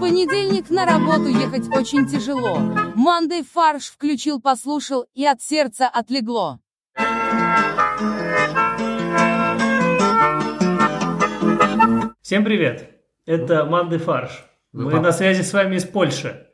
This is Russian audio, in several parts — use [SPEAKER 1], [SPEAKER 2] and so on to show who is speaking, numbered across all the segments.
[SPEAKER 1] понедельник на работу ехать очень тяжело. Мандей фарш включил, послушал, и от сердца отлегло.
[SPEAKER 2] Всем привет!
[SPEAKER 3] Ну.
[SPEAKER 2] Это Манды Фарш. Мы
[SPEAKER 4] папа.
[SPEAKER 2] на связи с вами из Польши.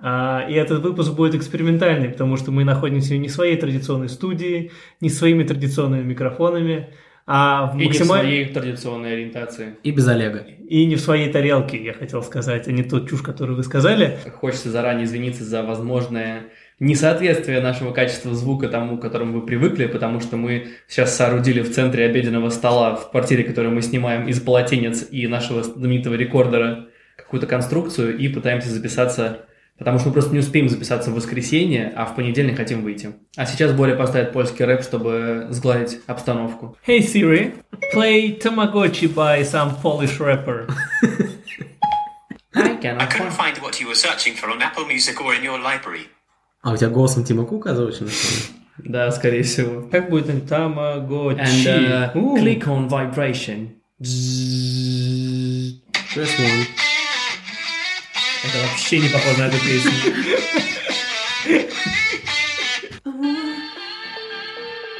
[SPEAKER 2] А, и этот выпуск будет экспериментальный, потому что мы находимся не в своей традиционной студии, не своими традиционными микрофонами, а в
[SPEAKER 3] И не в
[SPEAKER 2] максимально...
[SPEAKER 3] своей традиционной ориентации.
[SPEAKER 4] И без Олега.
[SPEAKER 2] И не в своей тарелке, я хотел сказать, а не тот чушь, которую вы сказали.
[SPEAKER 3] Хочется заранее извиниться за возможное несоответствие нашего качества звука тому, к которому вы привыкли, потому что мы сейчас соорудили в центре обеденного стола в квартире, которую мы снимаем из полотенец и нашего знаменитого рекордера какую-то конструкцию и пытаемся записаться, потому что мы просто не успеем записаться в воскресенье, а в понедельник хотим выйти. А сейчас Боря поставит польский рэп, чтобы сгладить обстановку.
[SPEAKER 2] Hey Siri, play Tamagotchi by some Polish rapper.
[SPEAKER 3] I cannot
[SPEAKER 5] I couldn't
[SPEAKER 3] find-
[SPEAKER 5] find what you were searching for on Apple Music or in your library.
[SPEAKER 4] А у тебя голосом Тима Кука озвучено? что ли?
[SPEAKER 3] Да, скорее всего.
[SPEAKER 2] Как будет он? Tamagotchi?
[SPEAKER 3] And uh,
[SPEAKER 2] Ooh.
[SPEAKER 3] click on vibration.
[SPEAKER 4] Press one.
[SPEAKER 3] Это вообще не похоже на эту песню.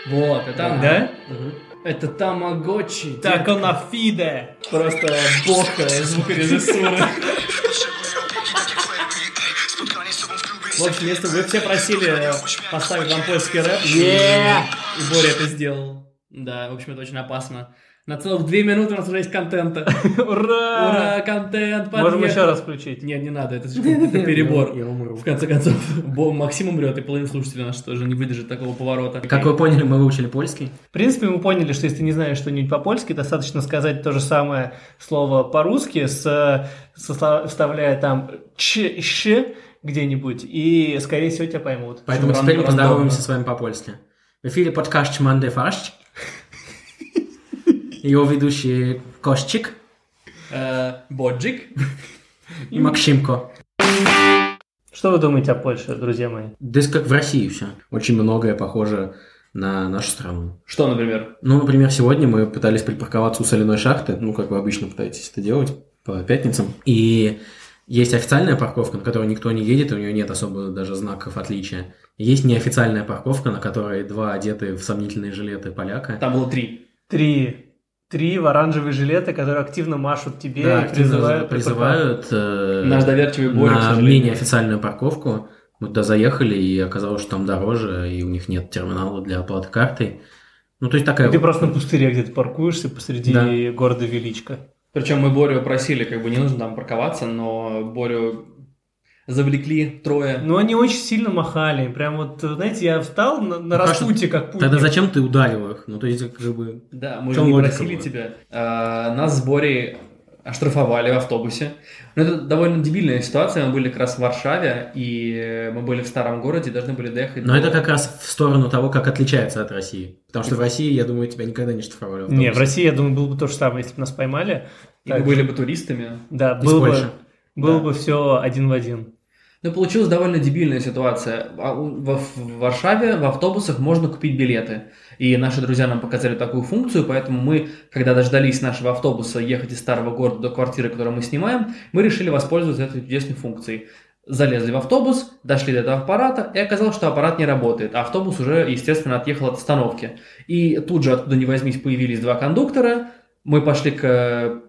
[SPEAKER 3] Вот, это она.
[SPEAKER 2] Да?
[SPEAKER 3] Это Тамагочи. типа
[SPEAKER 2] Так он на фиде.
[SPEAKER 3] Просто бог звукорежиссуры. В общем, если вы все просили э, поставить вам польский рэп, и Боря это сделал. Да, в общем, это очень опасно. На целых две минуты у нас уже есть контента.
[SPEAKER 2] Ура!
[SPEAKER 3] Ура, контент,
[SPEAKER 2] Можем
[SPEAKER 3] подъехал.
[SPEAKER 2] еще раз включить.
[SPEAKER 3] Не, не надо, это слишком это перебор.
[SPEAKER 4] Я умру.
[SPEAKER 3] В конце концов, Бо Максим умрет, и половина слушателей наших тоже не выдержит такого поворота.
[SPEAKER 4] Как вы поняли, мы выучили польский.
[SPEAKER 2] В принципе, мы поняли, что если ты не знаешь что-нибудь по-польски, достаточно сказать то же самое слово по-русски, с, со сло- вставляя там ч, щ где-нибудь, и, скорее всего, тебя поймут.
[SPEAKER 4] Поэтому
[SPEAKER 3] Ран-
[SPEAKER 4] теперь мы
[SPEAKER 3] рандомно.
[SPEAKER 4] поздороваемся с вами по-польски. В эфире подкаст Манде Фарш. Его ведущий Костчик
[SPEAKER 3] Э, Боджик.
[SPEAKER 4] и Максимко.
[SPEAKER 2] Что вы думаете о Польше, друзья мои?
[SPEAKER 4] Да это как в России все. Очень многое похоже на нашу страну.
[SPEAKER 3] Что, например?
[SPEAKER 4] Ну, например, сегодня мы пытались припарковаться у соляной шахты, ну, как вы обычно пытаетесь это делать по пятницам. И есть официальная парковка, на которую никто не едет, и у нее нет особо даже знаков отличия. Есть неофициальная парковка, на которой два одетые в сомнительные жилеты поляка.
[SPEAKER 3] Там было три.
[SPEAKER 2] Три. Три в оранжевые жилеты, которые активно машут тебе
[SPEAKER 4] Да,
[SPEAKER 2] и
[SPEAKER 4] активно
[SPEAKER 2] призывают.
[SPEAKER 4] призывают э,
[SPEAKER 3] Наш доверчивый Боря, к
[SPEAKER 4] на
[SPEAKER 3] сожалению.
[SPEAKER 4] менее официальную парковку. Мы туда заехали, и оказалось, что там дороже, и у них нет терминала для оплаты картой. Ну, то есть такая...
[SPEAKER 2] И Ты просто на пустыре где-то паркуешься посреди
[SPEAKER 4] Да.
[SPEAKER 2] города Величко.
[SPEAKER 3] Причем мы Борю просили, как бы не нужно там парковаться, но Борю завлекли трое. Ну,
[SPEAKER 2] Но они очень сильно махали. Прям вот, знаете, я встал на, на
[SPEAKER 4] Ну, хорошо.
[SPEAKER 2] распутье, как путник.
[SPEAKER 4] Тогда зачем ты ударил их? Ну, то есть, как бы...
[SPEAKER 3] Да, мы
[SPEAKER 4] В
[SPEAKER 3] же
[SPEAKER 4] чем
[SPEAKER 3] не
[SPEAKER 4] логика
[SPEAKER 3] просили
[SPEAKER 4] была?
[SPEAKER 3] тебя. Э, нас с Борей оштрафовали в автобусе. Но это довольно дебильная ситуация. Мы были как раз в Варшаве, и мы были в старом городе, должны были доехать.
[SPEAKER 4] Но
[SPEAKER 3] до-
[SPEAKER 4] это как раз в сторону того, как отличается от России. Потому что в России, я думаю, тебя никогда не штрафовали. Ну, в
[SPEAKER 2] Не, в
[SPEAKER 4] автобусе.
[SPEAKER 2] России, я думаю, было бы то же самое, если бы нас поймали.
[SPEAKER 3] И мы
[SPEAKER 2] Так.
[SPEAKER 3] были бы туристами.
[SPEAKER 2] Да,
[SPEAKER 4] Из
[SPEAKER 2] было бы,
[SPEAKER 4] Польши.
[SPEAKER 2] было
[SPEAKER 3] Да.
[SPEAKER 2] бы все один в один.
[SPEAKER 3] Ну, получилась довольно дебильная ситуация. А у- Во, в Варшаве в автобусах можно купить билеты. И наши друзья нам показали такую функцию, поэтому мы, когда дождались нашего автобуса ехать из старого города до квартиры, которую мы снимаем, мы решили воспользоваться этой чудесной функцией. Залезли в автобус, дошли до этого аппарата, и оказалось, что аппарат не работает. А автобус уже, естественно, отъехал от остановки. И тут же, откуда ни возьмись, появились два кондуктора. Мы пошли к, э,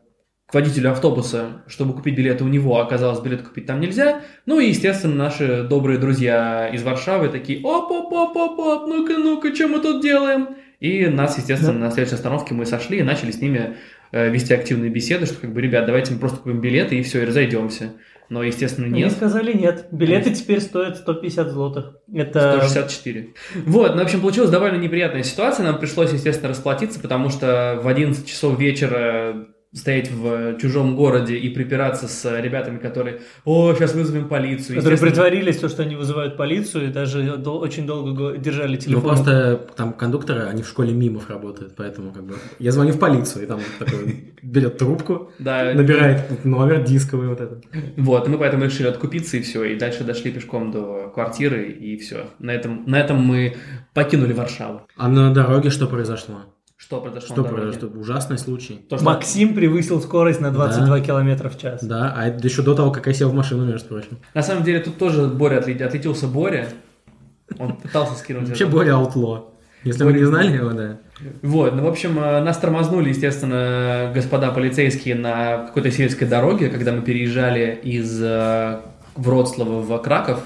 [SPEAKER 3] к водителю автобуса, чтобы купить билеты у него. а Оказалось, билет купить там нельзя. Ну и, естественно, наши добрые друзья из Варшавы такие «Оп-оп-оп-оп-оп, ну-ка, ну-ка, что мы тут делаем?» И нас, естественно, на следующей остановке мы сошли и начали с ними э, вести активные беседы, что как бы, ребят, давайте мы просто купим билеты и все, и разойдемся. Но, естественно,
[SPEAKER 2] Они
[SPEAKER 3] нет.
[SPEAKER 2] сказали нет. Билеты теперь стоят 150 злотых. Это...
[SPEAKER 3] 164. Вот, ну, в общем, получилась довольно неприятная ситуация. Нам пришлось, естественно, расплатиться, потому что в 11 часов вечера стоять в чужом городе и припираться с ребятами, которые «О, сейчас вызовем полицию».
[SPEAKER 2] Которые
[SPEAKER 3] Естественно,
[SPEAKER 2] притворились, то, что они вызывают полицию, и даже дол- очень долго го- держали
[SPEAKER 4] Ну,
[SPEAKER 2] телефон.
[SPEAKER 4] просто там кондукторы, они в школе мимов работают, поэтому как бы... Я звоню в полицию, и там такой берет трубку,
[SPEAKER 3] Да,
[SPEAKER 4] набирает номер дисковый вот этот.
[SPEAKER 3] Вот, мы поэтому решили откупиться и все, и дальше дошли пешком до квартиры и все. На этом, на этом мы покинули Варшаву.
[SPEAKER 4] А на дороге что произошло?
[SPEAKER 3] Что произошло?
[SPEAKER 4] Что
[SPEAKER 3] на дороге?
[SPEAKER 4] произошло? Ужасный случай.
[SPEAKER 3] То, что-
[SPEAKER 2] Максим превысил скорость на 22 километра в час.
[SPEAKER 4] Да, а это еще до того, как я сел в машину, между прочим.
[SPEAKER 3] На самом деле тут тоже Боря отле- отлетелся Боря. Он пытался скинуть.
[SPEAKER 4] Вообще
[SPEAKER 3] это.
[SPEAKER 4] более аутло. Если вы
[SPEAKER 3] Боря-
[SPEAKER 4] не знали его, да.
[SPEAKER 3] Вот, ну, в общем, э, нас тормознули, естественно, господа полицейские на какой-то сельской дороге, когда мы переезжали из э, Вроцлава в Краков.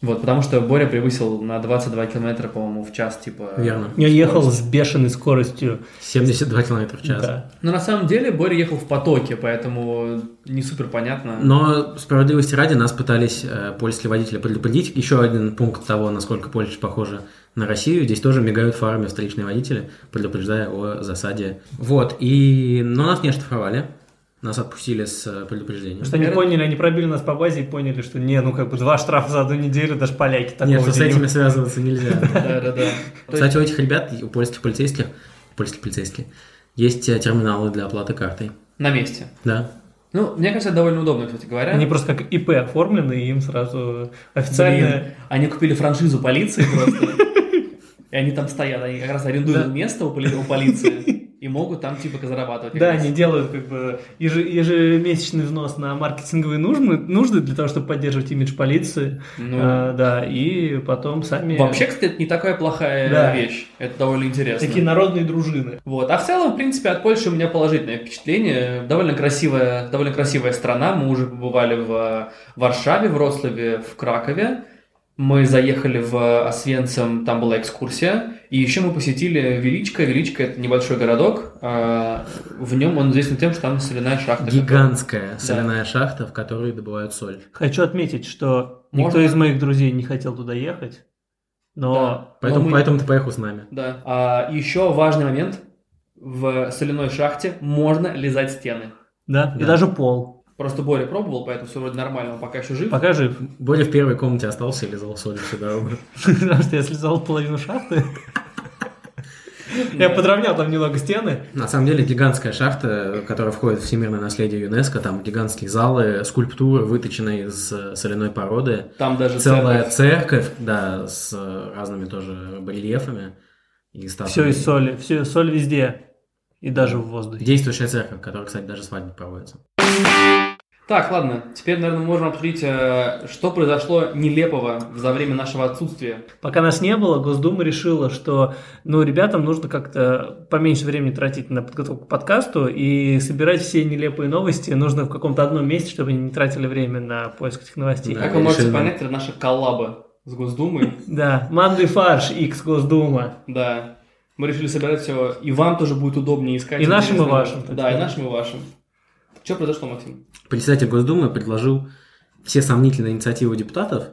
[SPEAKER 3] Вот, потому что Боря превысил на 22 километра, по-моему, в час, типа...
[SPEAKER 4] Верно.
[SPEAKER 2] Я ехал с бешеной скоростью.
[SPEAKER 4] 72 километра в час.
[SPEAKER 2] Да.
[SPEAKER 3] Но на самом деле Боря ехал в потоке, поэтому не супер понятно.
[SPEAKER 4] Но справедливости ради нас пытались э, польские водители предупредить. Еще один пункт того, насколько Польша похожа на Россию. Здесь тоже мигают фарами встречные водители, предупреждая о засаде. Вот, и... Но нас не оштрафовали. Нас отпустили с э, предупреждением.
[SPEAKER 2] Потому что они
[SPEAKER 3] Это-
[SPEAKER 2] поняли, они пробили нас по базе и поняли, что не, ну как бы два штрафа за одну неделю, даже поляки такого
[SPEAKER 4] Нет, что с
[SPEAKER 2] не-
[SPEAKER 4] этими связываться нельзя.
[SPEAKER 3] Да-да-да. То есть-
[SPEAKER 4] Кстати, у этих ребят, и у польских полицейских, польских полицейских, есть э, терминалы для оплаты картой.
[SPEAKER 3] На месте.
[SPEAKER 4] Да.
[SPEAKER 3] Ну, мне кажется, это довольно удобно, кстати говоря.
[SPEAKER 2] Они просто как ИП оформлены, и им сразу
[SPEAKER 3] Блин,
[SPEAKER 2] официально...
[SPEAKER 3] они купили франшизу полиции просто. И они там стоят, они как раз арендуют место у поли- у полиции и могут там типа зарабатывать.
[SPEAKER 2] Да, они делают как бы еже- ежемесячный взнос на маркетинговые нужды, нужды для того, чтобы поддерживать имидж полиции.
[SPEAKER 3] Ну.
[SPEAKER 2] А, да, и потом сами...
[SPEAKER 3] Вообще, кстати, это не такая плохая
[SPEAKER 2] Да.
[SPEAKER 3] вещь. Это довольно интересно.
[SPEAKER 2] Такие народные дружины.
[SPEAKER 3] Вот. А в целом, в принципе, от Польши у меня положительное впечатление. Довольно красивая, довольно красивая страна. Мы уже побывали в э, Варшаве, в Рославе, в Кракове. Мы заехали в э, Освенцим, там была экскурсия. И еще мы посетили Величко. Величко – это небольшой городок. а, В нем он известен тем, что там соляная шахта.
[SPEAKER 4] Гигантская соляная шахта, в которой добывают соль.
[SPEAKER 2] Хочу отметить, что никто
[SPEAKER 3] Можно?
[SPEAKER 2] из моих друзей не хотел туда ехать, но
[SPEAKER 3] Да.
[SPEAKER 4] Поэтому,
[SPEAKER 3] Но мы-
[SPEAKER 4] поэтому ты поехал с нами.
[SPEAKER 3] Да. А, еще важный момент. В соляной шахте можно лизать стены.
[SPEAKER 2] да, и
[SPEAKER 4] Да.
[SPEAKER 2] даже пол.
[SPEAKER 3] Просто Боря пробовал, поэтому все вроде нормально, он пока еще жив.
[SPEAKER 2] Пока жив.
[SPEAKER 4] Боря в первой комнате остался и лизал соль всю дорогу.
[SPEAKER 2] Потому что я слезал половину шахты. Я
[SPEAKER 3] Да.
[SPEAKER 2] подровнял там немного стены.
[SPEAKER 4] На самом деле гигантская шахта, которая входит в всемирное наследие ЮНЕСКо, там гигантские залы, скульптуры, выточенные из э, соляной породы,
[SPEAKER 3] Там даже
[SPEAKER 4] целая
[SPEAKER 3] церковь.
[SPEAKER 4] церковь, да, с э, разными тоже барельефами и
[SPEAKER 2] Все
[SPEAKER 4] статуями.
[SPEAKER 2] из соли, все соль везде. И даже в воздухе.
[SPEAKER 4] Действующая церковь, в которой, кстати, даже свадьбы проводятся.
[SPEAKER 3] Так, ладно, теперь, наверное, мы можем обсудить, э, что произошло нелепого за время нашего отсутствия.
[SPEAKER 2] Пока нас не было, Госдума решила, что ну, ребятам нужно как-то поменьше времени тратить на подготовку к подкасту и собирать все нелепые новости нужно в каком-то одном месте, чтобы они не тратили время на поиск этих новостей.
[SPEAKER 4] Да,
[SPEAKER 3] как вы
[SPEAKER 4] я
[SPEAKER 3] можете
[SPEAKER 4] решил-
[SPEAKER 3] понять, это наша коллаба с Госдумой.
[SPEAKER 2] Да, Манды Фарш, X Госдума.
[SPEAKER 3] Да. Мы решили собирать все, и вам тоже будет удобнее искать.
[SPEAKER 2] И нашим, и
[SPEAKER 3] интересные-
[SPEAKER 2] вашим, так
[SPEAKER 3] Да, и
[SPEAKER 2] сказать.
[SPEAKER 3] нашим, и вашим. Что произошло, Максим?
[SPEAKER 4] Председатель Госдумы предложил все сомнительные инициативы депутатов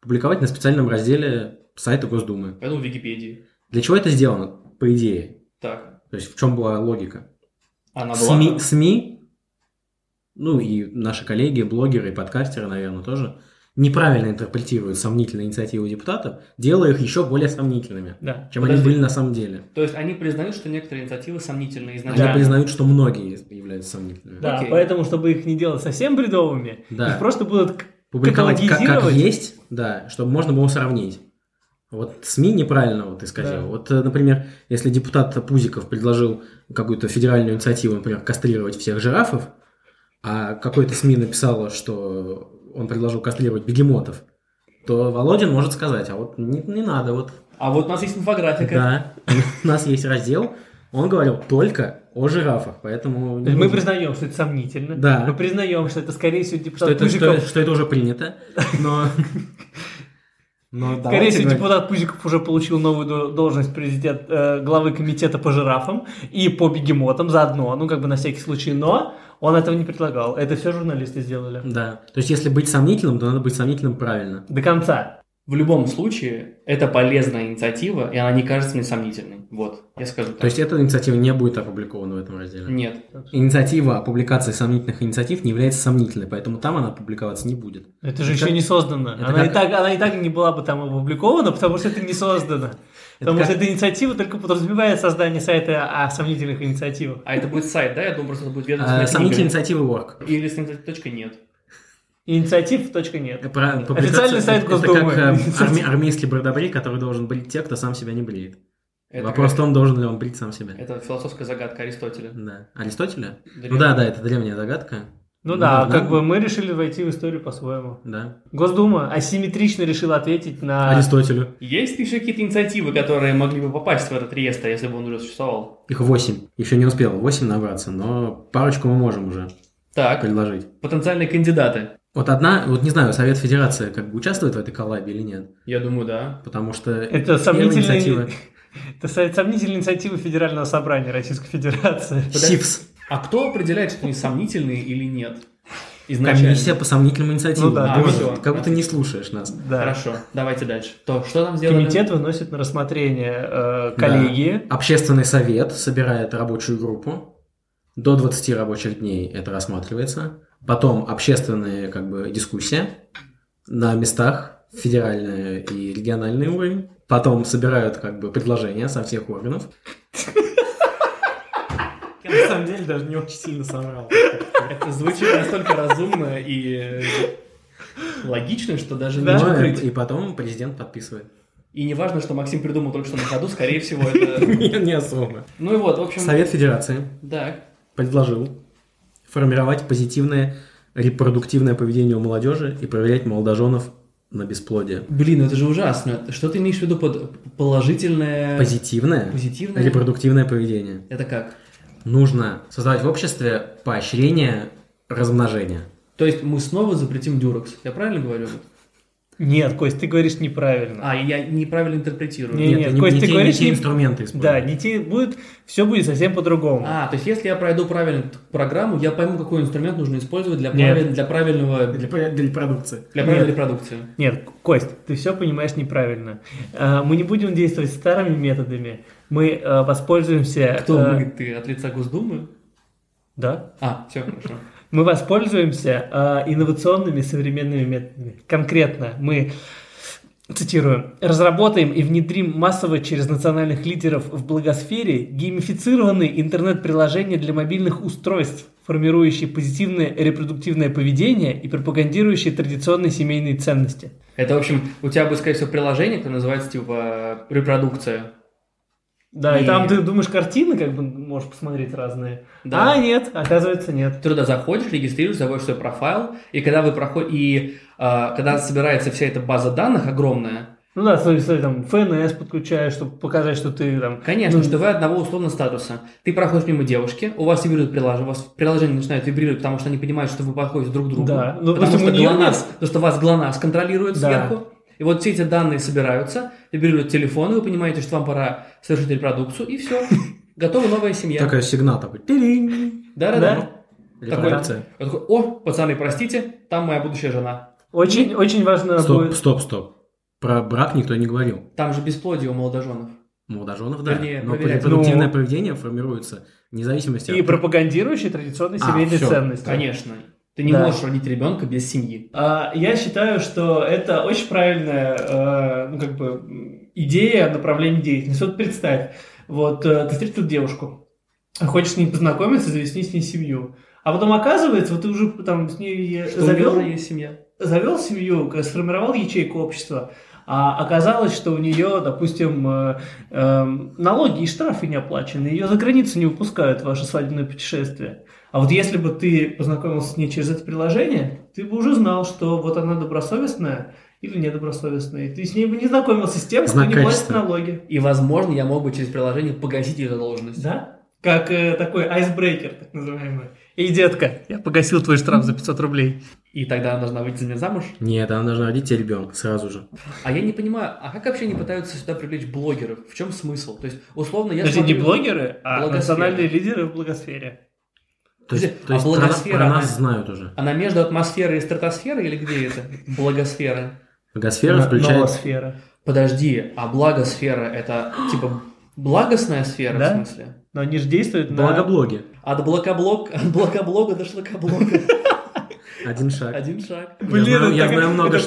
[SPEAKER 4] публиковать на специальном разделе сайта Госдумы.
[SPEAKER 3] Я думал, в Википедии.
[SPEAKER 4] Для чего это сделано, по идее?
[SPEAKER 3] Так.
[SPEAKER 4] То есть в чем была логика?
[SPEAKER 3] Она была...
[SPEAKER 4] СМИ,
[SPEAKER 3] там?
[SPEAKER 4] СМИ, ну и наши коллеги, блогеры и подкастеры, наверное, тоже неправильно интерпретируют сомнительные инициативы депутатов, делая их еще более сомнительными,
[SPEAKER 2] Да.
[SPEAKER 4] чем
[SPEAKER 3] Подожди.
[SPEAKER 4] они были на самом деле.
[SPEAKER 3] То есть они признают, что некоторые инициативы сомнительные
[SPEAKER 4] Они
[SPEAKER 3] изначально.
[SPEAKER 4] признают, что многие являются сомнительными.
[SPEAKER 2] Да,
[SPEAKER 3] Окей.
[SPEAKER 2] поэтому, чтобы их не делать совсем бредовыми,
[SPEAKER 4] Да.
[SPEAKER 2] их просто будут к-
[SPEAKER 4] Публиковать как, как
[SPEAKER 2] каталогизировать.
[SPEAKER 4] есть, да, чтобы можно было сравнить. Вот СМИ неправильно вот исказил.
[SPEAKER 2] Да.
[SPEAKER 4] Вот, э, например, если депутат Пузиков предложил какую-то федеральную инициативу, например, кастрировать всех жирафов, а какой-то СМИ написало, что он предложил кастрировать бегемотов, то Володин может сказать, а вот не, не надо, вот
[SPEAKER 3] А вот у нас есть инфографика.
[SPEAKER 4] да, у нас есть раздел, он говорил только о жирафах, поэтому
[SPEAKER 2] То
[SPEAKER 4] не
[SPEAKER 2] есть Мы
[SPEAKER 4] нужно.
[SPEAKER 2] признаем, что это сомнительно.
[SPEAKER 4] Да.
[SPEAKER 2] Мы признаем, что это, скорее всего, типа,
[SPEAKER 4] что,
[SPEAKER 2] депутат
[SPEAKER 4] это, что,
[SPEAKER 2] Пузиков.
[SPEAKER 4] что это уже принято, но... но
[SPEAKER 2] Скорее
[SPEAKER 4] давайте
[SPEAKER 2] всего,
[SPEAKER 4] говорить.
[SPEAKER 2] депутат Пузиков уже получил новую до- должность президент, э, главы комитета по жирафам и по бегемотам заодно, ну, как бы на всякий случай, но он этого не предлагал. Это все журналисты сделали.
[SPEAKER 4] Да. То есть, если быть сомнительным, то надо быть сомнительным правильно.
[SPEAKER 2] До конца.
[SPEAKER 3] В любом случае, это полезная инициатива, и она не кажется мне сомнительной. Вот, я скажу так.
[SPEAKER 4] То есть, эта инициатива не будет опубликована в этом разделе.
[SPEAKER 3] Нет.
[SPEAKER 4] Инициатива о публикации сомнительных инициатив не является сомнительной, поэтому там она публиковаться не будет.
[SPEAKER 2] Это же
[SPEAKER 4] Это-
[SPEAKER 2] еще не создано.
[SPEAKER 4] это
[SPEAKER 2] Она, и
[SPEAKER 4] как-
[SPEAKER 2] так, она и так не была бы там опубликована, потому что это не создано. Потому
[SPEAKER 4] как-
[SPEAKER 2] что эта инициатива только подразумевает создание сайта о сомнительных инициативах.
[SPEAKER 3] А это будет сайт, да? Я думаю, просто это будет ведомственная
[SPEAKER 4] А,
[SPEAKER 3] книга.
[SPEAKER 4] Сомнительные инициативы work.
[SPEAKER 3] Или с инициативной точкой нет.
[SPEAKER 2] Инициатив точка нет.
[SPEAKER 4] Э, Про- публикация-
[SPEAKER 2] Официальный сайт
[SPEAKER 4] это
[SPEAKER 2] Госдумы.
[SPEAKER 4] как э, арме- армейский бродобрей, который должен брить тех, кто сам себя не бреет.
[SPEAKER 3] Это
[SPEAKER 4] Вопрос в
[SPEAKER 3] как-
[SPEAKER 4] том, должен ли он брить сам себя.
[SPEAKER 3] Это философская загадка Аристотеля.
[SPEAKER 4] Да. Аристотеля? Ну
[SPEAKER 3] Древний.
[SPEAKER 4] да, да, это древняя загадка.
[SPEAKER 2] Ну
[SPEAKER 4] Ну
[SPEAKER 2] да,
[SPEAKER 4] да,
[SPEAKER 2] как
[SPEAKER 4] да.
[SPEAKER 2] бы мы решили войти в историю по-своему.
[SPEAKER 4] Да.
[SPEAKER 2] Госдума асимметрично решила ответить
[SPEAKER 3] А.
[SPEAKER 2] на...
[SPEAKER 4] А Аристотелю.
[SPEAKER 3] Есть еще какие-то инициативы, которые могли бы попасть в этот реестр, если бы он уже существовал?
[SPEAKER 4] Их восемь. Еще не успел восемь набраться, но парочку мы можем уже
[SPEAKER 3] Так,
[SPEAKER 4] предложить.
[SPEAKER 3] потенциальные кандидаты.
[SPEAKER 4] Вот одна, вот не знаю, Совет Федерации как бы участвует в этой коллабе или нет,
[SPEAKER 3] Я думаю, да.
[SPEAKER 4] потому что
[SPEAKER 2] Это
[SPEAKER 4] первая
[SPEAKER 2] сомнительная
[SPEAKER 4] инициатива
[SPEAKER 2] Это со- сомнительная инициатива Федерального собрания Российской Федерации.
[SPEAKER 4] СИФС,
[SPEAKER 3] А кто определяет, что они сомнительные или нет? Изначально.
[SPEAKER 4] комиссия по сомнительным инициативам.
[SPEAKER 2] Ну да,
[SPEAKER 3] А,
[SPEAKER 4] Боже,
[SPEAKER 3] всё.
[SPEAKER 4] как будто не слушаешь нас.
[SPEAKER 2] Да.
[SPEAKER 3] Хорошо, давайте дальше. То, что там сделали?
[SPEAKER 2] Комитет выносит на рассмотрение э, коллегии.
[SPEAKER 4] Общественный совет собирает рабочую группу. До 20 рабочих дней это рассматривается. Потом общественная как бы, дискуссия на местах, федеральный и региональный уровень. Потом собирают как бы предложения со всех органов. Я на самом деле даже не очень сильно соврал.
[SPEAKER 3] Это звучит настолько разумно и э, логично, что даже
[SPEAKER 2] Да.
[SPEAKER 3] нечего
[SPEAKER 4] Ну, и-
[SPEAKER 3] крыть.
[SPEAKER 4] И потом президент подписывает.
[SPEAKER 3] И не важно, что Максим придумал только что на ходу, скорее всего, это...
[SPEAKER 4] Не не особо.
[SPEAKER 3] Ну и вот, в общем...
[SPEAKER 4] Совет Федерации
[SPEAKER 3] Так.
[SPEAKER 4] предложил формировать позитивное репродуктивное поведение у молодежи и проверять молодоженов на бесплодие.
[SPEAKER 3] Блин, это же ужасно. Что ты имеешь в виду под положительное...
[SPEAKER 4] Позитивное,
[SPEAKER 3] Позитивное?
[SPEAKER 4] репродуктивное поведение.
[SPEAKER 3] Это как?
[SPEAKER 4] Нужно создавать в обществе поощрение размножения.
[SPEAKER 3] То есть мы снова запретим дюрекс. Я правильно говорю?
[SPEAKER 2] Нет, Кость, ты говоришь неправильно.
[SPEAKER 3] А, я неправильно интерпретирую.
[SPEAKER 2] Не, не,
[SPEAKER 4] не,
[SPEAKER 2] Кость,
[SPEAKER 4] не
[SPEAKER 2] ты
[SPEAKER 4] те, не
[SPEAKER 2] говоришь,
[SPEAKER 4] те
[SPEAKER 2] не-
[SPEAKER 4] инструменты
[SPEAKER 2] Да,
[SPEAKER 4] использовать.
[SPEAKER 2] не те будет, все будет совсем по-другому.
[SPEAKER 3] А, то есть если я пройду правильно т- программу, я пойму, какой инструмент нужно использовать для,
[SPEAKER 2] Нет.
[SPEAKER 3] правиль- для правильного... Для,
[SPEAKER 4] Для, про- для продукции.
[SPEAKER 3] правильной
[SPEAKER 2] Нет.
[SPEAKER 3] репродукции.
[SPEAKER 2] Нет, Кость, ты все понимаешь неправильно. А, Мы не будем действовать старыми методами. Мы э, воспользуемся...
[SPEAKER 3] Кто
[SPEAKER 2] э,
[SPEAKER 3] мы? Ты от лица Госдумы?
[SPEAKER 2] Да.
[SPEAKER 3] А, все, хорошо.
[SPEAKER 2] Мы воспользуемся э, инновационными современными методами. Конкретно мы, цитирую, разработаем и внедрим массово через национальных лидеров в благосфере геймифицированные интернет-приложения для мобильных устройств, формирующие позитивное репродуктивное поведение и пропагандирующие традиционные семейные ценности.
[SPEAKER 3] Это, в общем, у тебя будет, скорее всего, приложение, которое называется, типа, репродукция.
[SPEAKER 2] Да, и,
[SPEAKER 3] И-
[SPEAKER 2] там ты думаешь, картины как бы можешь посмотреть разные.
[SPEAKER 3] Да.
[SPEAKER 2] А, нет, оказывается, нет.
[SPEAKER 3] Ты туда заходишь, регистрируешь, заводишь свой профайл, и когда вы проходите, и а, когда собирается вся эта база данных огромная,
[SPEAKER 2] Ну да, смотри, смотри, там ФНС подключаешь, чтобы показать, что ты там...
[SPEAKER 3] конечно,
[SPEAKER 2] Ну,
[SPEAKER 3] что вы одного условно статуса. Ты проходишь мимо девушки, у вас вибрирует приложение, у вас приложение начинает вибрировать, потому что они понимают, что вы подходите друг к другу.
[SPEAKER 2] Да, ну, потому
[SPEAKER 3] потому что
[SPEAKER 2] что у неё
[SPEAKER 3] ГЛОНАСС, потому что вас ГЛОНАСС
[SPEAKER 2] Да.
[SPEAKER 3] контролирует сверху. И вот все эти данные собираются, вибрируют телефон, и вы понимаете, что вам пора совершить репродукцию, и все. Готова новая семья.
[SPEAKER 4] Такая сигнал такой. «Тиринь».
[SPEAKER 3] Да-да-да. Такой-
[SPEAKER 4] Репродукция.
[SPEAKER 3] Я такой, о, пацаны, простите, там моя будущая жена.
[SPEAKER 2] Очень, очень важно
[SPEAKER 4] Стоп,
[SPEAKER 2] будет-
[SPEAKER 4] стоп, стоп. Про брак никто не говорил.
[SPEAKER 3] Там же бесплодие у молодоженов.
[SPEAKER 4] Молодоженов, да.
[SPEAKER 3] Вернее,
[SPEAKER 4] но
[SPEAKER 3] проверять.
[SPEAKER 4] репродуктивное
[SPEAKER 2] Ну.
[SPEAKER 4] поведение формируется вне зависимости
[SPEAKER 2] и
[SPEAKER 4] от...
[SPEAKER 2] пропагандирующие традиционные
[SPEAKER 4] А,
[SPEAKER 2] семейные
[SPEAKER 4] всё,
[SPEAKER 2] ценности.
[SPEAKER 3] Конечно. Ты не
[SPEAKER 2] Да.
[SPEAKER 3] можешь родить ребенка без семьи.
[SPEAKER 2] А, Я считаю, что это очень правильная э, ну, как бы, м, идея направления деятельности. Вот представь, вот э, ты встретил тут девушку, хочешь с ней познакомиться, завести с ней семью. А потом оказывается, вот ты уже там с ней э,
[SPEAKER 3] Что у
[SPEAKER 2] завел,
[SPEAKER 3] меня есть семья.
[SPEAKER 2] завел семью, к- сформировал ячейку общества, а оказалось, что у нее, допустим, э, эм, налоги и штрафы не оплачены, ее за границу не выпускают в ваше свадебное путешествие. А вот если бы ты познакомился с ней через это приложение, ты бы уже знал, что вот она добросовестная или недобросовестная, и ты с ней бы не знакомился с тем,
[SPEAKER 4] Знак
[SPEAKER 2] кто не платит
[SPEAKER 4] качества.
[SPEAKER 2] налоги.
[SPEAKER 3] И, возможно, я мог бы через приложение погасить ее задолженность.
[SPEAKER 2] Да? Как э, такой айсбрейкер, так называемый. Эй, детка, я погасил твой штраф за 500 рублей.
[SPEAKER 3] И тогда она должна выйти за меня замуж.
[SPEAKER 4] Нет, она должна родить тебе ребенка сразу же.
[SPEAKER 3] А я не понимаю, а как вообще они пытаются сюда привлечь блогеров? В чем смысл? То есть, условно, я...
[SPEAKER 2] Значит, не
[SPEAKER 3] смотрю-
[SPEAKER 2] блогеры, а
[SPEAKER 3] Благосфера.
[SPEAKER 2] национальные лидеры в благосфере.
[SPEAKER 4] То есть,
[SPEAKER 3] А
[SPEAKER 4] то есть про, нас,
[SPEAKER 3] благосфера,
[SPEAKER 4] про
[SPEAKER 3] она-
[SPEAKER 4] нас знают уже.
[SPEAKER 3] Она между атмосферой и стратосферой или где это? Благосфера.
[SPEAKER 4] Благосфера
[SPEAKER 2] Но-
[SPEAKER 4] включает...
[SPEAKER 2] новосфера.
[SPEAKER 3] Подожди, а благосфера это типа благостная сфера
[SPEAKER 2] Да?
[SPEAKER 3] в смысле?
[SPEAKER 2] Но они же действуют на...
[SPEAKER 4] Благоблоги.
[SPEAKER 3] От блокоблок, от блокоблога до шлакоблога.
[SPEAKER 4] Один шаг.
[SPEAKER 3] Один шаг.
[SPEAKER 2] Блин,
[SPEAKER 4] я знаю,
[SPEAKER 2] это
[SPEAKER 4] я
[SPEAKER 2] как-
[SPEAKER 4] знаю много
[SPEAKER 2] это-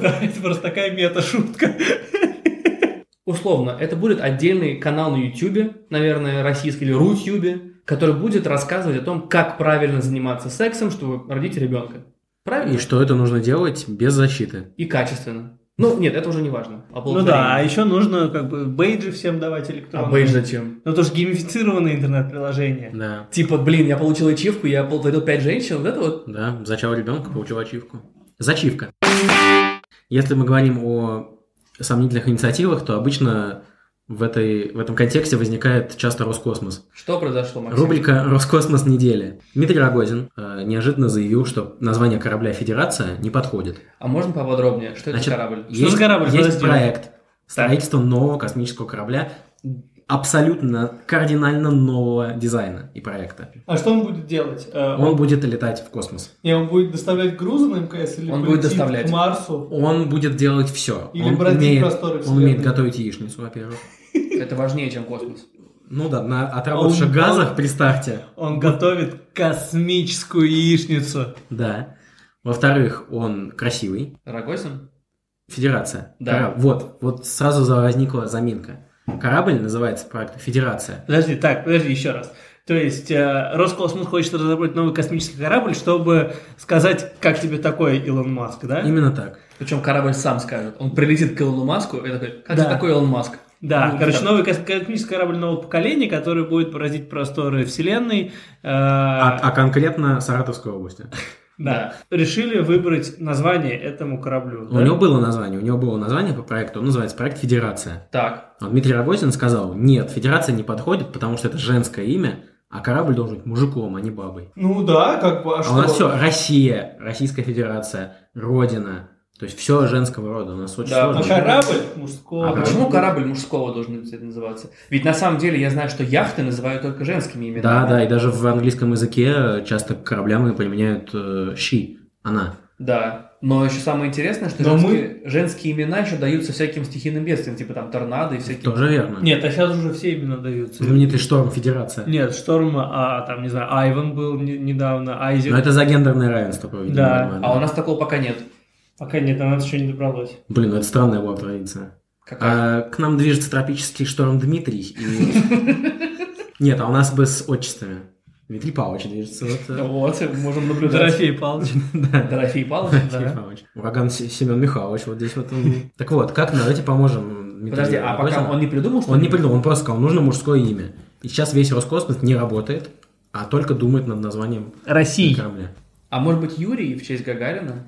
[SPEAKER 2] Да, это просто такая мета-шутка.
[SPEAKER 3] Условно, это будет отдельный канал на Ютубе, наверное, российский, или Рутюбе, который будет рассказывать о том, как правильно заниматься сексом, чтобы родить ребенка. Правильно?
[SPEAKER 4] И что это нужно делать без защиты.
[SPEAKER 3] И качественно. Ну, нет, это уже не важно.
[SPEAKER 2] Ну да, а еще нужно как бы бейджи всем давать электронные.
[SPEAKER 3] А бейдж зачем?
[SPEAKER 2] Ну, тоже геймифицированное интернет-приложение.
[SPEAKER 4] Да.
[SPEAKER 3] Типа, блин, я получил ачивку, я плодотворил пять женщин, вот это вот.
[SPEAKER 4] Да, зачал ребенка, получил ачивку. Зачивка. Если мы говорим о сомнительных инициативах, то обычно в, этой, в этом контексте возникает часто Роскосмос.
[SPEAKER 3] Что произошло, Максим?
[SPEAKER 4] Рубрика «Роскосмос недели». Дмитрий Рогозин э, неожиданно заявил, что название корабля «Федерация» не подходит.
[SPEAKER 3] А можно поподробнее, что
[SPEAKER 4] Значит,
[SPEAKER 3] это за корабль?
[SPEAKER 2] Что за корабль? Что
[SPEAKER 4] Есть
[SPEAKER 2] за дело?
[SPEAKER 4] проект строительства нового космического корабля, абсолютно кардинально нового дизайна и проекта.
[SPEAKER 2] А что он будет делать? Э,
[SPEAKER 4] Он будет летать в космос.
[SPEAKER 2] Не, он будет доставлять грузы на МКС или
[SPEAKER 3] Он
[SPEAKER 2] полетит
[SPEAKER 3] будет доставлять.
[SPEAKER 2] к Марсу?
[SPEAKER 4] Он будет делать все.
[SPEAKER 2] Или
[SPEAKER 4] он,
[SPEAKER 2] бродить
[SPEAKER 4] умеет,
[SPEAKER 2] просторы
[SPEAKER 4] он умеет
[SPEAKER 2] Вселенной.
[SPEAKER 4] готовить яичницу, во-первых.
[SPEAKER 3] Это важнее, чем космос.
[SPEAKER 4] Ну да, на отработавших
[SPEAKER 2] А Он-
[SPEAKER 4] газах при старте.
[SPEAKER 2] Он готовит космическую яичницу.
[SPEAKER 4] Да. Во-вторых, он красивый.
[SPEAKER 3] Рогозин?
[SPEAKER 4] Федерация.
[SPEAKER 3] Да.
[SPEAKER 4] Корабль. Вот, вот сразу за- возникла заминка. Корабль называется проект Федерация.
[SPEAKER 2] Подожди, так, подожди еще раз. То есть э, Роскосмос хочет разработать новый космический корабль, чтобы сказать, как тебе такое, Илон Маск, да?
[SPEAKER 4] Именно так.
[SPEAKER 3] Причем корабль сам скажет. Он прилетит к Илону Маску и такой, как
[SPEAKER 2] Да.
[SPEAKER 3] же такой Илон Маск?
[SPEAKER 2] Да,
[SPEAKER 3] Ну,
[SPEAKER 2] короче,
[SPEAKER 3] да.
[SPEAKER 2] новый кос- космический корабль нового поколения, который будет поразить просторы Вселенной. э,
[SPEAKER 4] А, а конкретно Саратовской области.
[SPEAKER 2] Да. Решили выбрать название этому кораблю.
[SPEAKER 4] У
[SPEAKER 2] да?
[SPEAKER 4] него было название, у него было название по проекту, он называется проект Федерация.
[SPEAKER 3] Так,
[SPEAKER 4] А Дмитрий Рогозин сказал, нет, Федерация не подходит, потому что это женское имя, а корабль должен быть мужиком, а не бабой.
[SPEAKER 2] Ну да, как бы, а,
[SPEAKER 4] А у нас все, Россия, Российская Федерация, Родина, то есть все женского рода, у нас очень
[SPEAKER 3] Да,
[SPEAKER 2] А
[SPEAKER 4] сложно.
[SPEAKER 2] корабль мужского.
[SPEAKER 3] а
[SPEAKER 4] А корабль-
[SPEAKER 3] почему корабль мужского должен это называться? Ведь на самом деле я знаю, что яхты называют только женскими именами.
[SPEAKER 4] Да, да, и даже в английском языке э, часто к кораблям и применяют э, she, она.
[SPEAKER 3] Да. Но еще самое интересное, что
[SPEAKER 2] Но
[SPEAKER 3] женские, женские имена еще даются всяким стихийным бедствиям, типа там торнадо и всякие...
[SPEAKER 4] Тоже верно.
[SPEAKER 2] Нет, а сейчас уже все имена даются.
[SPEAKER 4] Знаменитый шторм Федерация.
[SPEAKER 2] Нет, Шторм, а там, не знаю, Айван был не- недавно, Айзек.
[SPEAKER 4] Но Ну, это за гендерное равенство, по-видимому,
[SPEAKER 2] Да.
[SPEAKER 4] нормально.
[SPEAKER 3] А у нас такого пока нет.
[SPEAKER 2] Пока нет, она еще не добралась.
[SPEAKER 4] Блин, ну это странная была традиция.
[SPEAKER 3] Какая?
[SPEAKER 4] А, к нам движется тропический шторм Дмитрий. и- Нет, а у нас бы с отчествами. Дмитрий Павлович движется. вот, э,
[SPEAKER 3] Вот, можем наблюдать.
[SPEAKER 2] Дорофей Павлович.
[SPEAKER 4] да,
[SPEAKER 3] Дорофей Павлович,
[SPEAKER 4] Дмитрий
[SPEAKER 3] да.
[SPEAKER 4] Павлович. Ураган С- Семен Михайлович вот здесь вот он. Так вот, как ну, давайте поможем Дмитрию
[SPEAKER 3] Подожди, а пока
[SPEAKER 4] Рогозину.
[SPEAKER 3] он не придумал, что
[SPEAKER 4] Типа. Он не придумал, он просто сказал, нужно мужское имя. И сейчас весь Роскосмос не работает, а только думает над названием
[SPEAKER 2] России.
[SPEAKER 4] корабля.
[SPEAKER 3] А может быть Юрий в честь Гагарина?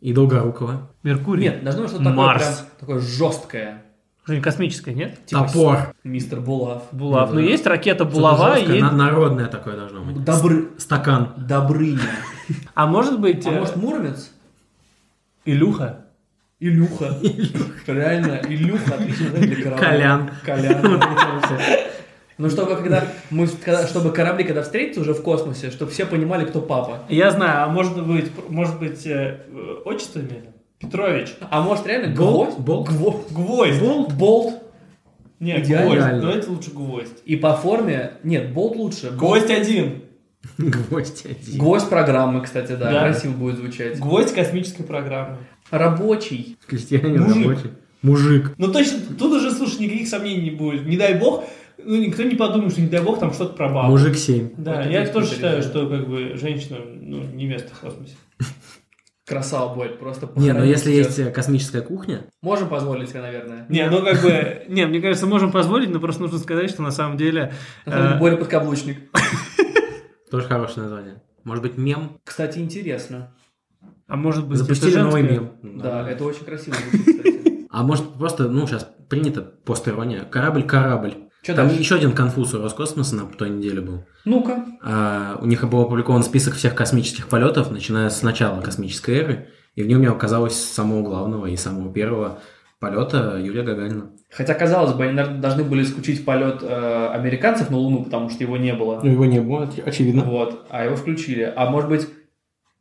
[SPEAKER 4] И Долгорукова.
[SPEAKER 2] Меркурий.
[SPEAKER 3] Нет, должно быть что-то такое
[SPEAKER 2] Марс.
[SPEAKER 3] прям такое жесткое.
[SPEAKER 2] Что-нибудь космическое, нет?
[SPEAKER 3] Типа
[SPEAKER 4] Топор.
[SPEAKER 3] с- Мистер Булав.
[SPEAKER 2] Булав.
[SPEAKER 4] Ну
[SPEAKER 2] Ну,
[SPEAKER 4] да.
[SPEAKER 2] есть ракета
[SPEAKER 4] Что-то
[SPEAKER 2] Булава,
[SPEAKER 4] жесткое,
[SPEAKER 2] есть-
[SPEAKER 4] на- народное такое должно быть.
[SPEAKER 3] Добры...
[SPEAKER 4] Стакан.
[SPEAKER 3] Добрыня.
[SPEAKER 2] А может быть,
[SPEAKER 3] А
[SPEAKER 2] э,
[SPEAKER 3] может Муромец?
[SPEAKER 2] Илюха?
[SPEAKER 3] Илюха. Реально, Илюха отлично знаешь, для корабля.
[SPEAKER 4] Колян.
[SPEAKER 3] Колян. Ну, чтобы когда мы, когда- чтобы корабли, когда встретятся уже в космосе, чтобы все понимали, кто папа.
[SPEAKER 2] Я знаю, а может быть, может быть, э, э, отчествами? Петрович.
[SPEAKER 3] А может реально
[SPEAKER 4] Болт?
[SPEAKER 3] гвоздь?
[SPEAKER 4] Болт?
[SPEAKER 3] Гво-
[SPEAKER 2] Гвоздь.
[SPEAKER 3] Болт? Болт.
[SPEAKER 2] Нет,
[SPEAKER 3] Идеально.
[SPEAKER 2] гвоздь. Но это лучше гвоздь.
[SPEAKER 3] И по форме... Нет, болт лучше.
[SPEAKER 2] Гвоздь один.
[SPEAKER 4] Гвоздь один.
[SPEAKER 3] Гвоздь программы, кстати, да,
[SPEAKER 2] Да.
[SPEAKER 3] красиво будет звучать.
[SPEAKER 2] Гвоздь космической программы.
[SPEAKER 3] Рабочий.
[SPEAKER 4] Крестьянин
[SPEAKER 2] Мужик.
[SPEAKER 4] рабочий. Мужик.
[SPEAKER 2] Ну точно, тут уже, слушай, никаких сомнений не будет. Не дай бог, ну никто не подумает, что не дай бог там что-то про бабу.
[SPEAKER 4] Мужик 7.
[SPEAKER 2] Да,
[SPEAKER 3] Вот это
[SPEAKER 2] я
[SPEAKER 3] есть
[SPEAKER 2] тоже
[SPEAKER 3] критерий,
[SPEAKER 2] считаю,
[SPEAKER 3] да.
[SPEAKER 2] что как бы женщина, ну, невеста в космосе.
[SPEAKER 3] Красава будет, просто
[SPEAKER 4] Не, но
[SPEAKER 3] похоронить
[SPEAKER 4] если
[SPEAKER 3] всех.
[SPEAKER 4] есть э, космическая кухня,
[SPEAKER 3] Можем позволить себе, наверное.
[SPEAKER 2] Не, ну как бы, не, мне кажется, можем позволить, но просто нужно сказать, что на самом деле...
[SPEAKER 3] На самом деле,
[SPEAKER 4] А.
[SPEAKER 2] э,
[SPEAKER 3] Боря подкаблучник.
[SPEAKER 4] тоже хорошее название. Может быть, мем?
[SPEAKER 3] Кстати, интересно.
[SPEAKER 2] А может быть,
[SPEAKER 4] Запустили
[SPEAKER 2] это
[SPEAKER 4] новый
[SPEAKER 2] женское?
[SPEAKER 4] мем.
[SPEAKER 3] Да,
[SPEAKER 4] Да.
[SPEAKER 3] это очень красиво звучит, кстати.
[SPEAKER 4] А может, просто, ну, сейчас принято постерония. Корабль-корабль.
[SPEAKER 3] Чё
[SPEAKER 4] Там
[SPEAKER 3] дальше?
[SPEAKER 4] еще один конфуз у Роскосмоса на той неделе был.
[SPEAKER 3] Ну-ка.
[SPEAKER 4] А, у них был опубликован список всех космических полетов, начиная с начала космической эры, и в нем не оказалось самого главного и самого первого полета Юрия Гагарина.
[SPEAKER 3] Хотя, казалось бы, они наверно, должны были исключить полет э, американцев на Луну, потому что его не было.
[SPEAKER 4] его не было, очевидно.
[SPEAKER 3] Вот, а его включили. А может быть...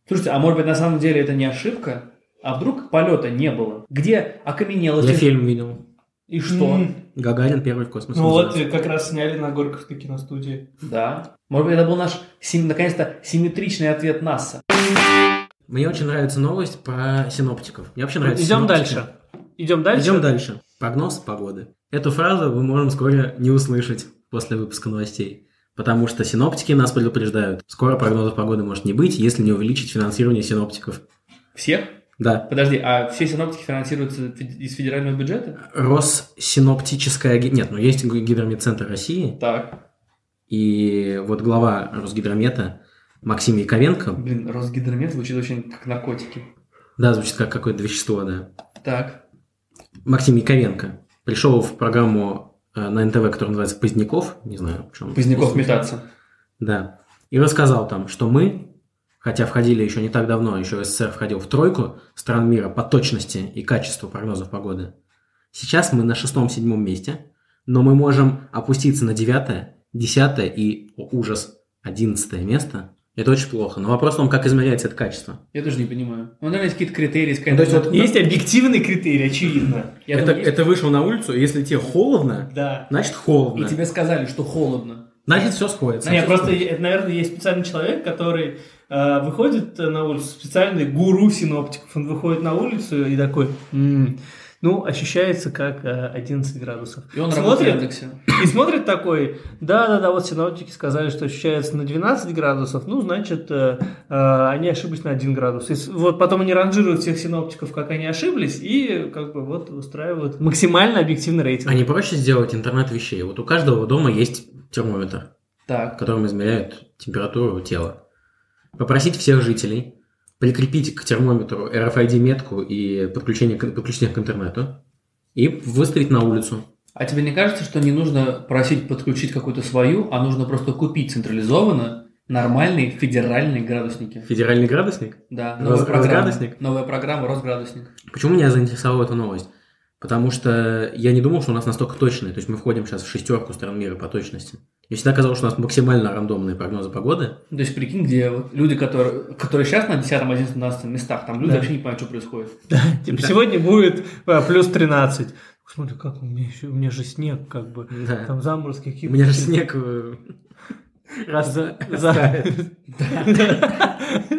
[SPEAKER 3] Слушайте, а может быть, на самом деле это не ошибка? А вдруг полета не было? Где окаменелости?
[SPEAKER 4] Я фильм видел.
[SPEAKER 3] И что?
[SPEAKER 2] М,
[SPEAKER 4] Гагарин первый в космос.
[SPEAKER 2] Ну вот,
[SPEAKER 4] называется.
[SPEAKER 2] э, как раз сняли на Горьковской киностудии.
[SPEAKER 3] Да. Может быть, это был наш, сим- наконец-то, симметричный ответ НАСА.
[SPEAKER 4] Мне очень нравится новость про синоптиков. Мне вообще нравится
[SPEAKER 2] Идем
[SPEAKER 4] синоптики.
[SPEAKER 2] дальше. Идем дальше.
[SPEAKER 4] Идем дальше. Прогноз погоды. Эту фразу мы можем скоро не услышать после выпуска новостей. Потому что синоптики нас предупреждают. Скоро прогнозов погоды может не быть, если не увеличить финансирование синоптиков.
[SPEAKER 3] Всех?
[SPEAKER 4] Да.
[SPEAKER 3] Подожди, а все синоптики финансируются фе- из федерального бюджета?
[SPEAKER 4] Россиноптическая... ге- Нет, ну есть г- гидромедцентр России,
[SPEAKER 3] Так.
[SPEAKER 4] и вот глава Росгидромета Максим Яковенко,
[SPEAKER 3] Блин, Росгидромет звучит очень как наркотики.
[SPEAKER 4] да, звучит как какое-то вещество, да.
[SPEAKER 3] Так.
[SPEAKER 4] Максим Яковенко пришел в программу э, на НТВ, которая называется «Поздняков», не знаю, почему.
[SPEAKER 3] Поздняков метаться.
[SPEAKER 4] Да. И рассказал там, что мы, хотя входили еще не так давно, еще СССР входил в тройку стран мира по точности и качеству прогнозов погоды. Сейчас мы на шестом-седьмом месте, но мы можем опуститься на девятое, десятое и, о ужас, одиннадцатое место. Это очень плохо. Но вопрос в том, как измеряется это качество.
[SPEAKER 3] Я тоже не понимаю. Ну, наверное, есть какие-то критерии.
[SPEAKER 4] Ну, то есть вот
[SPEAKER 2] Есть объективный критерий, очевидно.
[SPEAKER 3] Я
[SPEAKER 4] это,
[SPEAKER 3] думаю, есть.
[SPEAKER 4] это вышел на улицу, и если тебе холодно,
[SPEAKER 2] Да.
[SPEAKER 4] значит холодно.
[SPEAKER 3] И тебе Ну, сказали, что холодно.
[SPEAKER 4] Значит, все сходится.
[SPEAKER 2] Не, просто, это, наверное, есть специальный человек, который э, выходит э, на улицу, специальный гуру синоптиков. Он выходит на улицу и такой, «М, ну, ощущается как э, 11 градусов.
[SPEAKER 3] И он работает в
[SPEAKER 2] смотрит,
[SPEAKER 3] Яндексе.
[SPEAKER 2] и смотрит такой, да-да-да, вот синоптики сказали, что ощущается на 12 градусов, ну, значит, э, э, они ошиблись на 1 градус. И с- вот потом они ранжируют всех синоптиков, как они ошиблись, и э, как бы вот устраивают максимально объективный рейтинг.
[SPEAKER 4] А не проще сделать интернет вещей? Вот у каждого дома есть термометр,
[SPEAKER 3] Так.
[SPEAKER 4] которым измеряют температуру тела. Попросить всех жителей прикрепить к термометру RFID-метку и подключение к, подключение к интернету и выставить на улицу.
[SPEAKER 3] А тебе не кажется, что не нужно просить подключить какую-то свою, а нужно просто купить централизованно нормальные федеральные градусники?
[SPEAKER 4] Федеральный градусник?
[SPEAKER 3] Да,
[SPEAKER 4] Рос-
[SPEAKER 3] новая программа.
[SPEAKER 4] Росградусник?
[SPEAKER 3] Новая программа Росградусник.
[SPEAKER 4] Почему меня заинтересовала эта новость? Потому что я не думал, что у нас настолько точные. То есть мы входим сейчас в шестерку стран мира по точности. Я всегда казалось, что у нас максимально рандомные прогнозы погоды.
[SPEAKER 3] Ну, То есть, прикинь, где вот люди, которые, которые сейчас на 10, 11, 12 местах, там люди
[SPEAKER 2] Да.
[SPEAKER 3] вообще не понимают, что происходит.
[SPEAKER 2] Типа, сегодня будет э, плюс 13. Смотри, как у меня еще, у меня же снег, как бы,
[SPEAKER 4] Да.
[SPEAKER 2] там заморозки
[SPEAKER 4] У
[SPEAKER 2] какие-то.
[SPEAKER 4] меня же снег э,
[SPEAKER 2] Раз за, за,
[SPEAKER 4] растает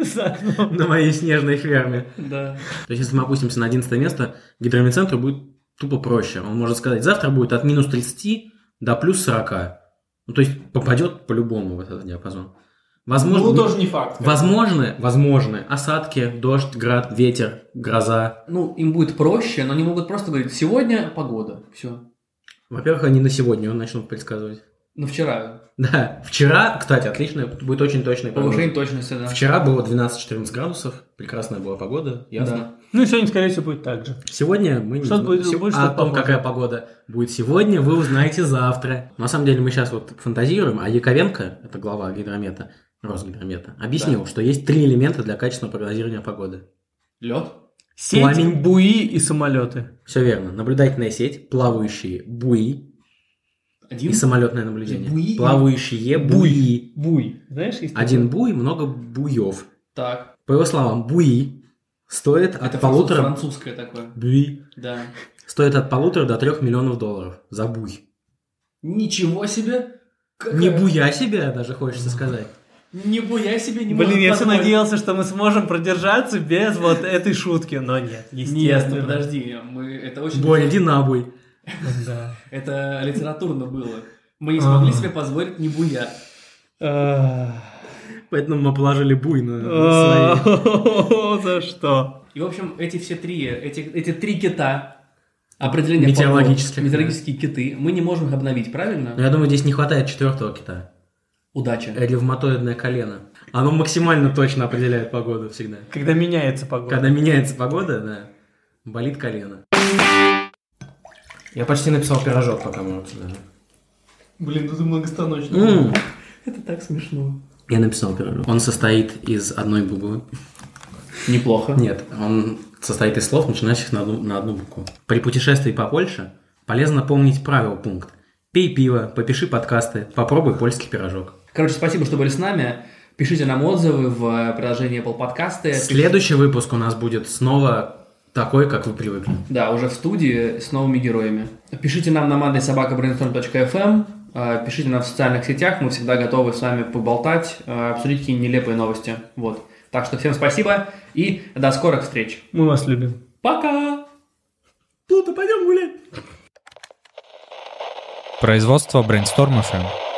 [SPEAKER 2] за окном.
[SPEAKER 4] на моей снежной ферме.
[SPEAKER 3] Да.
[SPEAKER 4] То есть, если мы опустимся на 11 место, гидромедцентру будет тупо проще. Он может сказать, завтра будет от минус 30 до плюс 40. Ну, то есть, попадет по-любому в этот диапазон. Возможно,
[SPEAKER 6] Ну, тоже не факт.
[SPEAKER 4] возможны, возможны осадки, дождь, град, ветер, гроза.
[SPEAKER 3] Ну, им будет проще, но они могут просто говорить, сегодня погода, все.
[SPEAKER 4] Во-первых, они на сегодня он начнут предсказывать.
[SPEAKER 3] Ну, вчера.
[SPEAKER 4] Да, вчера, кстати, отлично, будет очень точный прогноз.
[SPEAKER 3] Повышение точности, да.
[SPEAKER 4] Вчера было 12-14 градусов, прекрасная была погода, ясно.
[SPEAKER 3] Да.
[SPEAKER 2] Ну и сегодня, скорее всего, будет так же.
[SPEAKER 4] Сегодня мы не
[SPEAKER 2] Что
[SPEAKER 4] знаем.
[SPEAKER 2] будет-
[SPEAKER 4] Сего-
[SPEAKER 2] будет
[SPEAKER 4] а о
[SPEAKER 2] что-то
[SPEAKER 4] том,
[SPEAKER 2] похожее.
[SPEAKER 4] какая погода будет сегодня, вы узнаете завтра. На самом деле мы сейчас вот фантазируем, а Яковенко, это глава гидромета, Росгидромета, объяснил, что есть три элемента для качественного прогнозирования погоды.
[SPEAKER 3] Лед?
[SPEAKER 2] Сеть,
[SPEAKER 4] Пламень.
[SPEAKER 2] буи и самолеты.
[SPEAKER 4] Все верно. Наблюдательная сеть, плавающие буи
[SPEAKER 3] Один?
[SPEAKER 4] и самолетное наблюдение.
[SPEAKER 3] Буи.
[SPEAKER 4] Плавающие буи.
[SPEAKER 2] Буй. Знаешь, есть
[SPEAKER 4] Один
[SPEAKER 2] такое?
[SPEAKER 4] буй, много буев.
[SPEAKER 3] Так.
[SPEAKER 4] По его словам, буи стоит от
[SPEAKER 3] Это
[SPEAKER 4] полутора...
[SPEAKER 3] французское такое.
[SPEAKER 4] Буи.
[SPEAKER 3] Да.
[SPEAKER 4] Стоит от полутора до трех миллионов долларов за буй.
[SPEAKER 3] Ничего себе! Какая-
[SPEAKER 4] Не буя себе, а даже хочется сказать.
[SPEAKER 3] Не буя себе, не
[SPEAKER 2] Блин,
[SPEAKER 3] может
[SPEAKER 2] я все
[SPEAKER 3] подумать.
[SPEAKER 2] надеялся, что мы сможем продержаться без вот этой шутки, но нет,
[SPEAKER 3] Нет, ну
[SPEAKER 2] естественно.
[SPEAKER 3] подожди, мы... это очень...
[SPEAKER 4] Боря, иди набуй.
[SPEAKER 2] Да.
[SPEAKER 3] Это литературно было. Мы не смогли
[SPEAKER 2] А.
[SPEAKER 3] себе позволить не буя.
[SPEAKER 2] А.
[SPEAKER 4] Поэтому мы положили буй на на свои.
[SPEAKER 2] А, За что?
[SPEAKER 3] И, в общем, эти все три, эти, эти три кита, определение
[SPEAKER 4] Метеорологических, Э,
[SPEAKER 3] погоды, метеорологические киты, мы не можем их обновить, правильно?
[SPEAKER 4] Но я думаю, здесь не хватает четвертого кита.
[SPEAKER 3] Удача.
[SPEAKER 4] э, Ревматоидное колено. Оно максимально точно определяет погоду всегда.
[SPEAKER 2] Когда меняется погода.
[SPEAKER 4] Когда меняется погода, да, болит колено. Я почти написал пирожок, пока мы обсуждали.
[SPEAKER 2] Блин, ну ты многостаночный.
[SPEAKER 4] М,
[SPEAKER 3] Это так смешно.
[SPEAKER 4] Я написал пирожок. Он состоит из одной буквы.
[SPEAKER 3] Неплохо.
[SPEAKER 4] Нет, он состоит из слов, начинающих на одну, на одну букву. При путешествии по Польше полезно помнить правило пункт. Пей пиво, попиши подкасты, попробуй польский пирожок.
[SPEAKER 3] Короче, спасибо, что были с нами. Пишите нам отзывы в э, приложении Apple Podcasts.
[SPEAKER 4] Следующий выпуск у нас будет снова такой, как вы привыкли.
[SPEAKER 3] Да, уже в студии с новыми героями. Пишите нам на mandysobakabrainstorm.fm, э, пишите нам в социальных сетях, мы всегда готовы с вами поболтать, э, обсудить какие-нибудь нелепые новости. Вот. Так что всем спасибо и до скорых встреч.
[SPEAKER 2] Мы вас любим.
[SPEAKER 3] Пока!
[SPEAKER 4] Плута, пойдем гулять!
[SPEAKER 7] Производство Brainstorm FM.